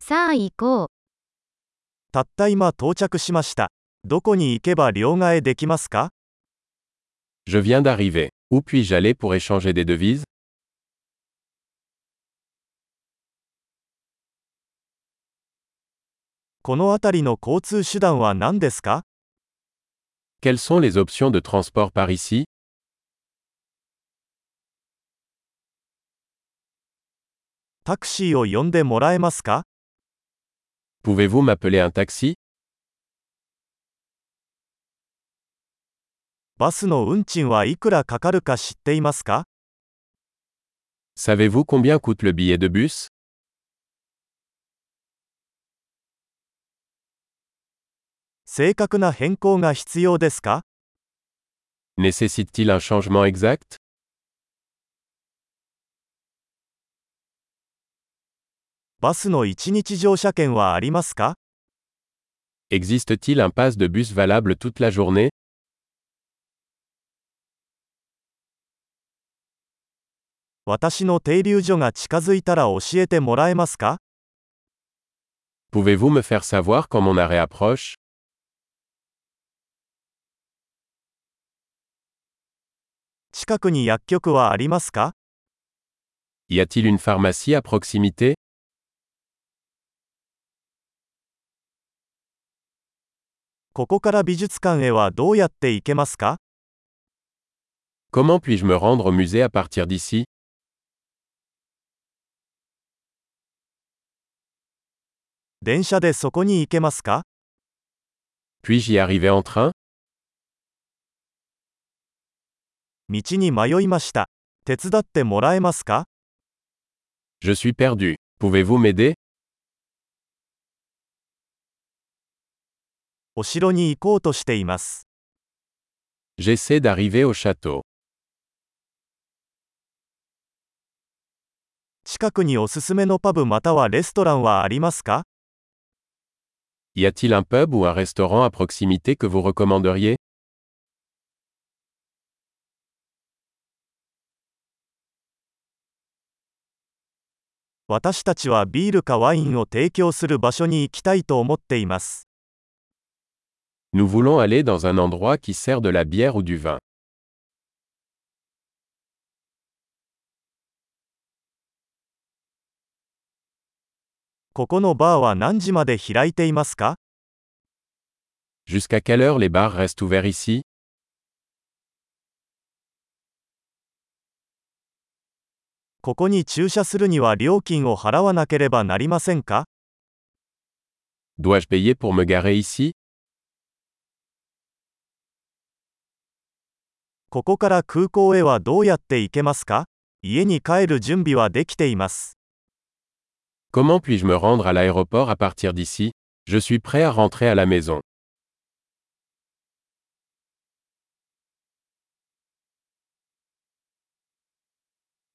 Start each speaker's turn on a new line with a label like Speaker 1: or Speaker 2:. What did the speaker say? Speaker 1: さあ行こう。
Speaker 2: たった今到着しました。どこに行けば両替できますか
Speaker 3: Je viens d'arriver. Où puis-je aller pour échanger des devises
Speaker 2: この辺りの交通手段は何ですか
Speaker 3: Quelles sont les options de transport par ici
Speaker 2: タクシーを呼んでもらえますか
Speaker 3: Pouvez-vous m'appeler un taxi
Speaker 2: バスの運賃はいくらかかるか知っていますか
Speaker 3: Savez-vous combien coûte le billet de bus
Speaker 2: 正確な変更が必要ですか
Speaker 3: Nécessite-t-il un changement exact
Speaker 2: バスの1日乗車券はありますか
Speaker 3: Existe-t-il un pass de bus valable toute la journée
Speaker 2: 私の停留所が近づいたら教えてもらえますか
Speaker 3: Pouvez-vous me faire savoir quand mon arrêt approche
Speaker 2: 近くに薬局はありますか
Speaker 3: Y a-t-il une pharmacie à proximité
Speaker 2: ここから美術館へはどうやって行けますか
Speaker 3: Comment puis-je me rendre au musée à partir d'ici
Speaker 2: 電車でそこに行けますか
Speaker 3: Puis-je y arriver en train
Speaker 2: 道に迷いました。手伝ってもらえますか
Speaker 3: Je suis perdu. Pouvez-vous m'aider
Speaker 2: お城に行こうとしています。
Speaker 3: J'essaie d'arriver au château.
Speaker 2: 近くにおすすめのパブまたはレストランはありますか
Speaker 3: Y a-t-il un pub ou un restaurant à proximité que vous recommanderiez
Speaker 2: 私たちはビールかワインを提供する場所に行きたいと思っています。
Speaker 3: Nous voulons aller dans un endroit qui sert de la bière ou du vin.
Speaker 2: ここのバーは何時まで開いていますか
Speaker 3: Jusqu'à quelle heure les bars restent ouverts ici
Speaker 2: ここに駐車するには料金を払わなければなりませんか
Speaker 3: Dois-je payer pour me garer ici
Speaker 2: ここから空港へはどうやって行けますか家に帰る準備はできています。
Speaker 3: Comment puis-je me rendre à l'aéroport à partir d'ici Je suis prêt à rentrer à la maison.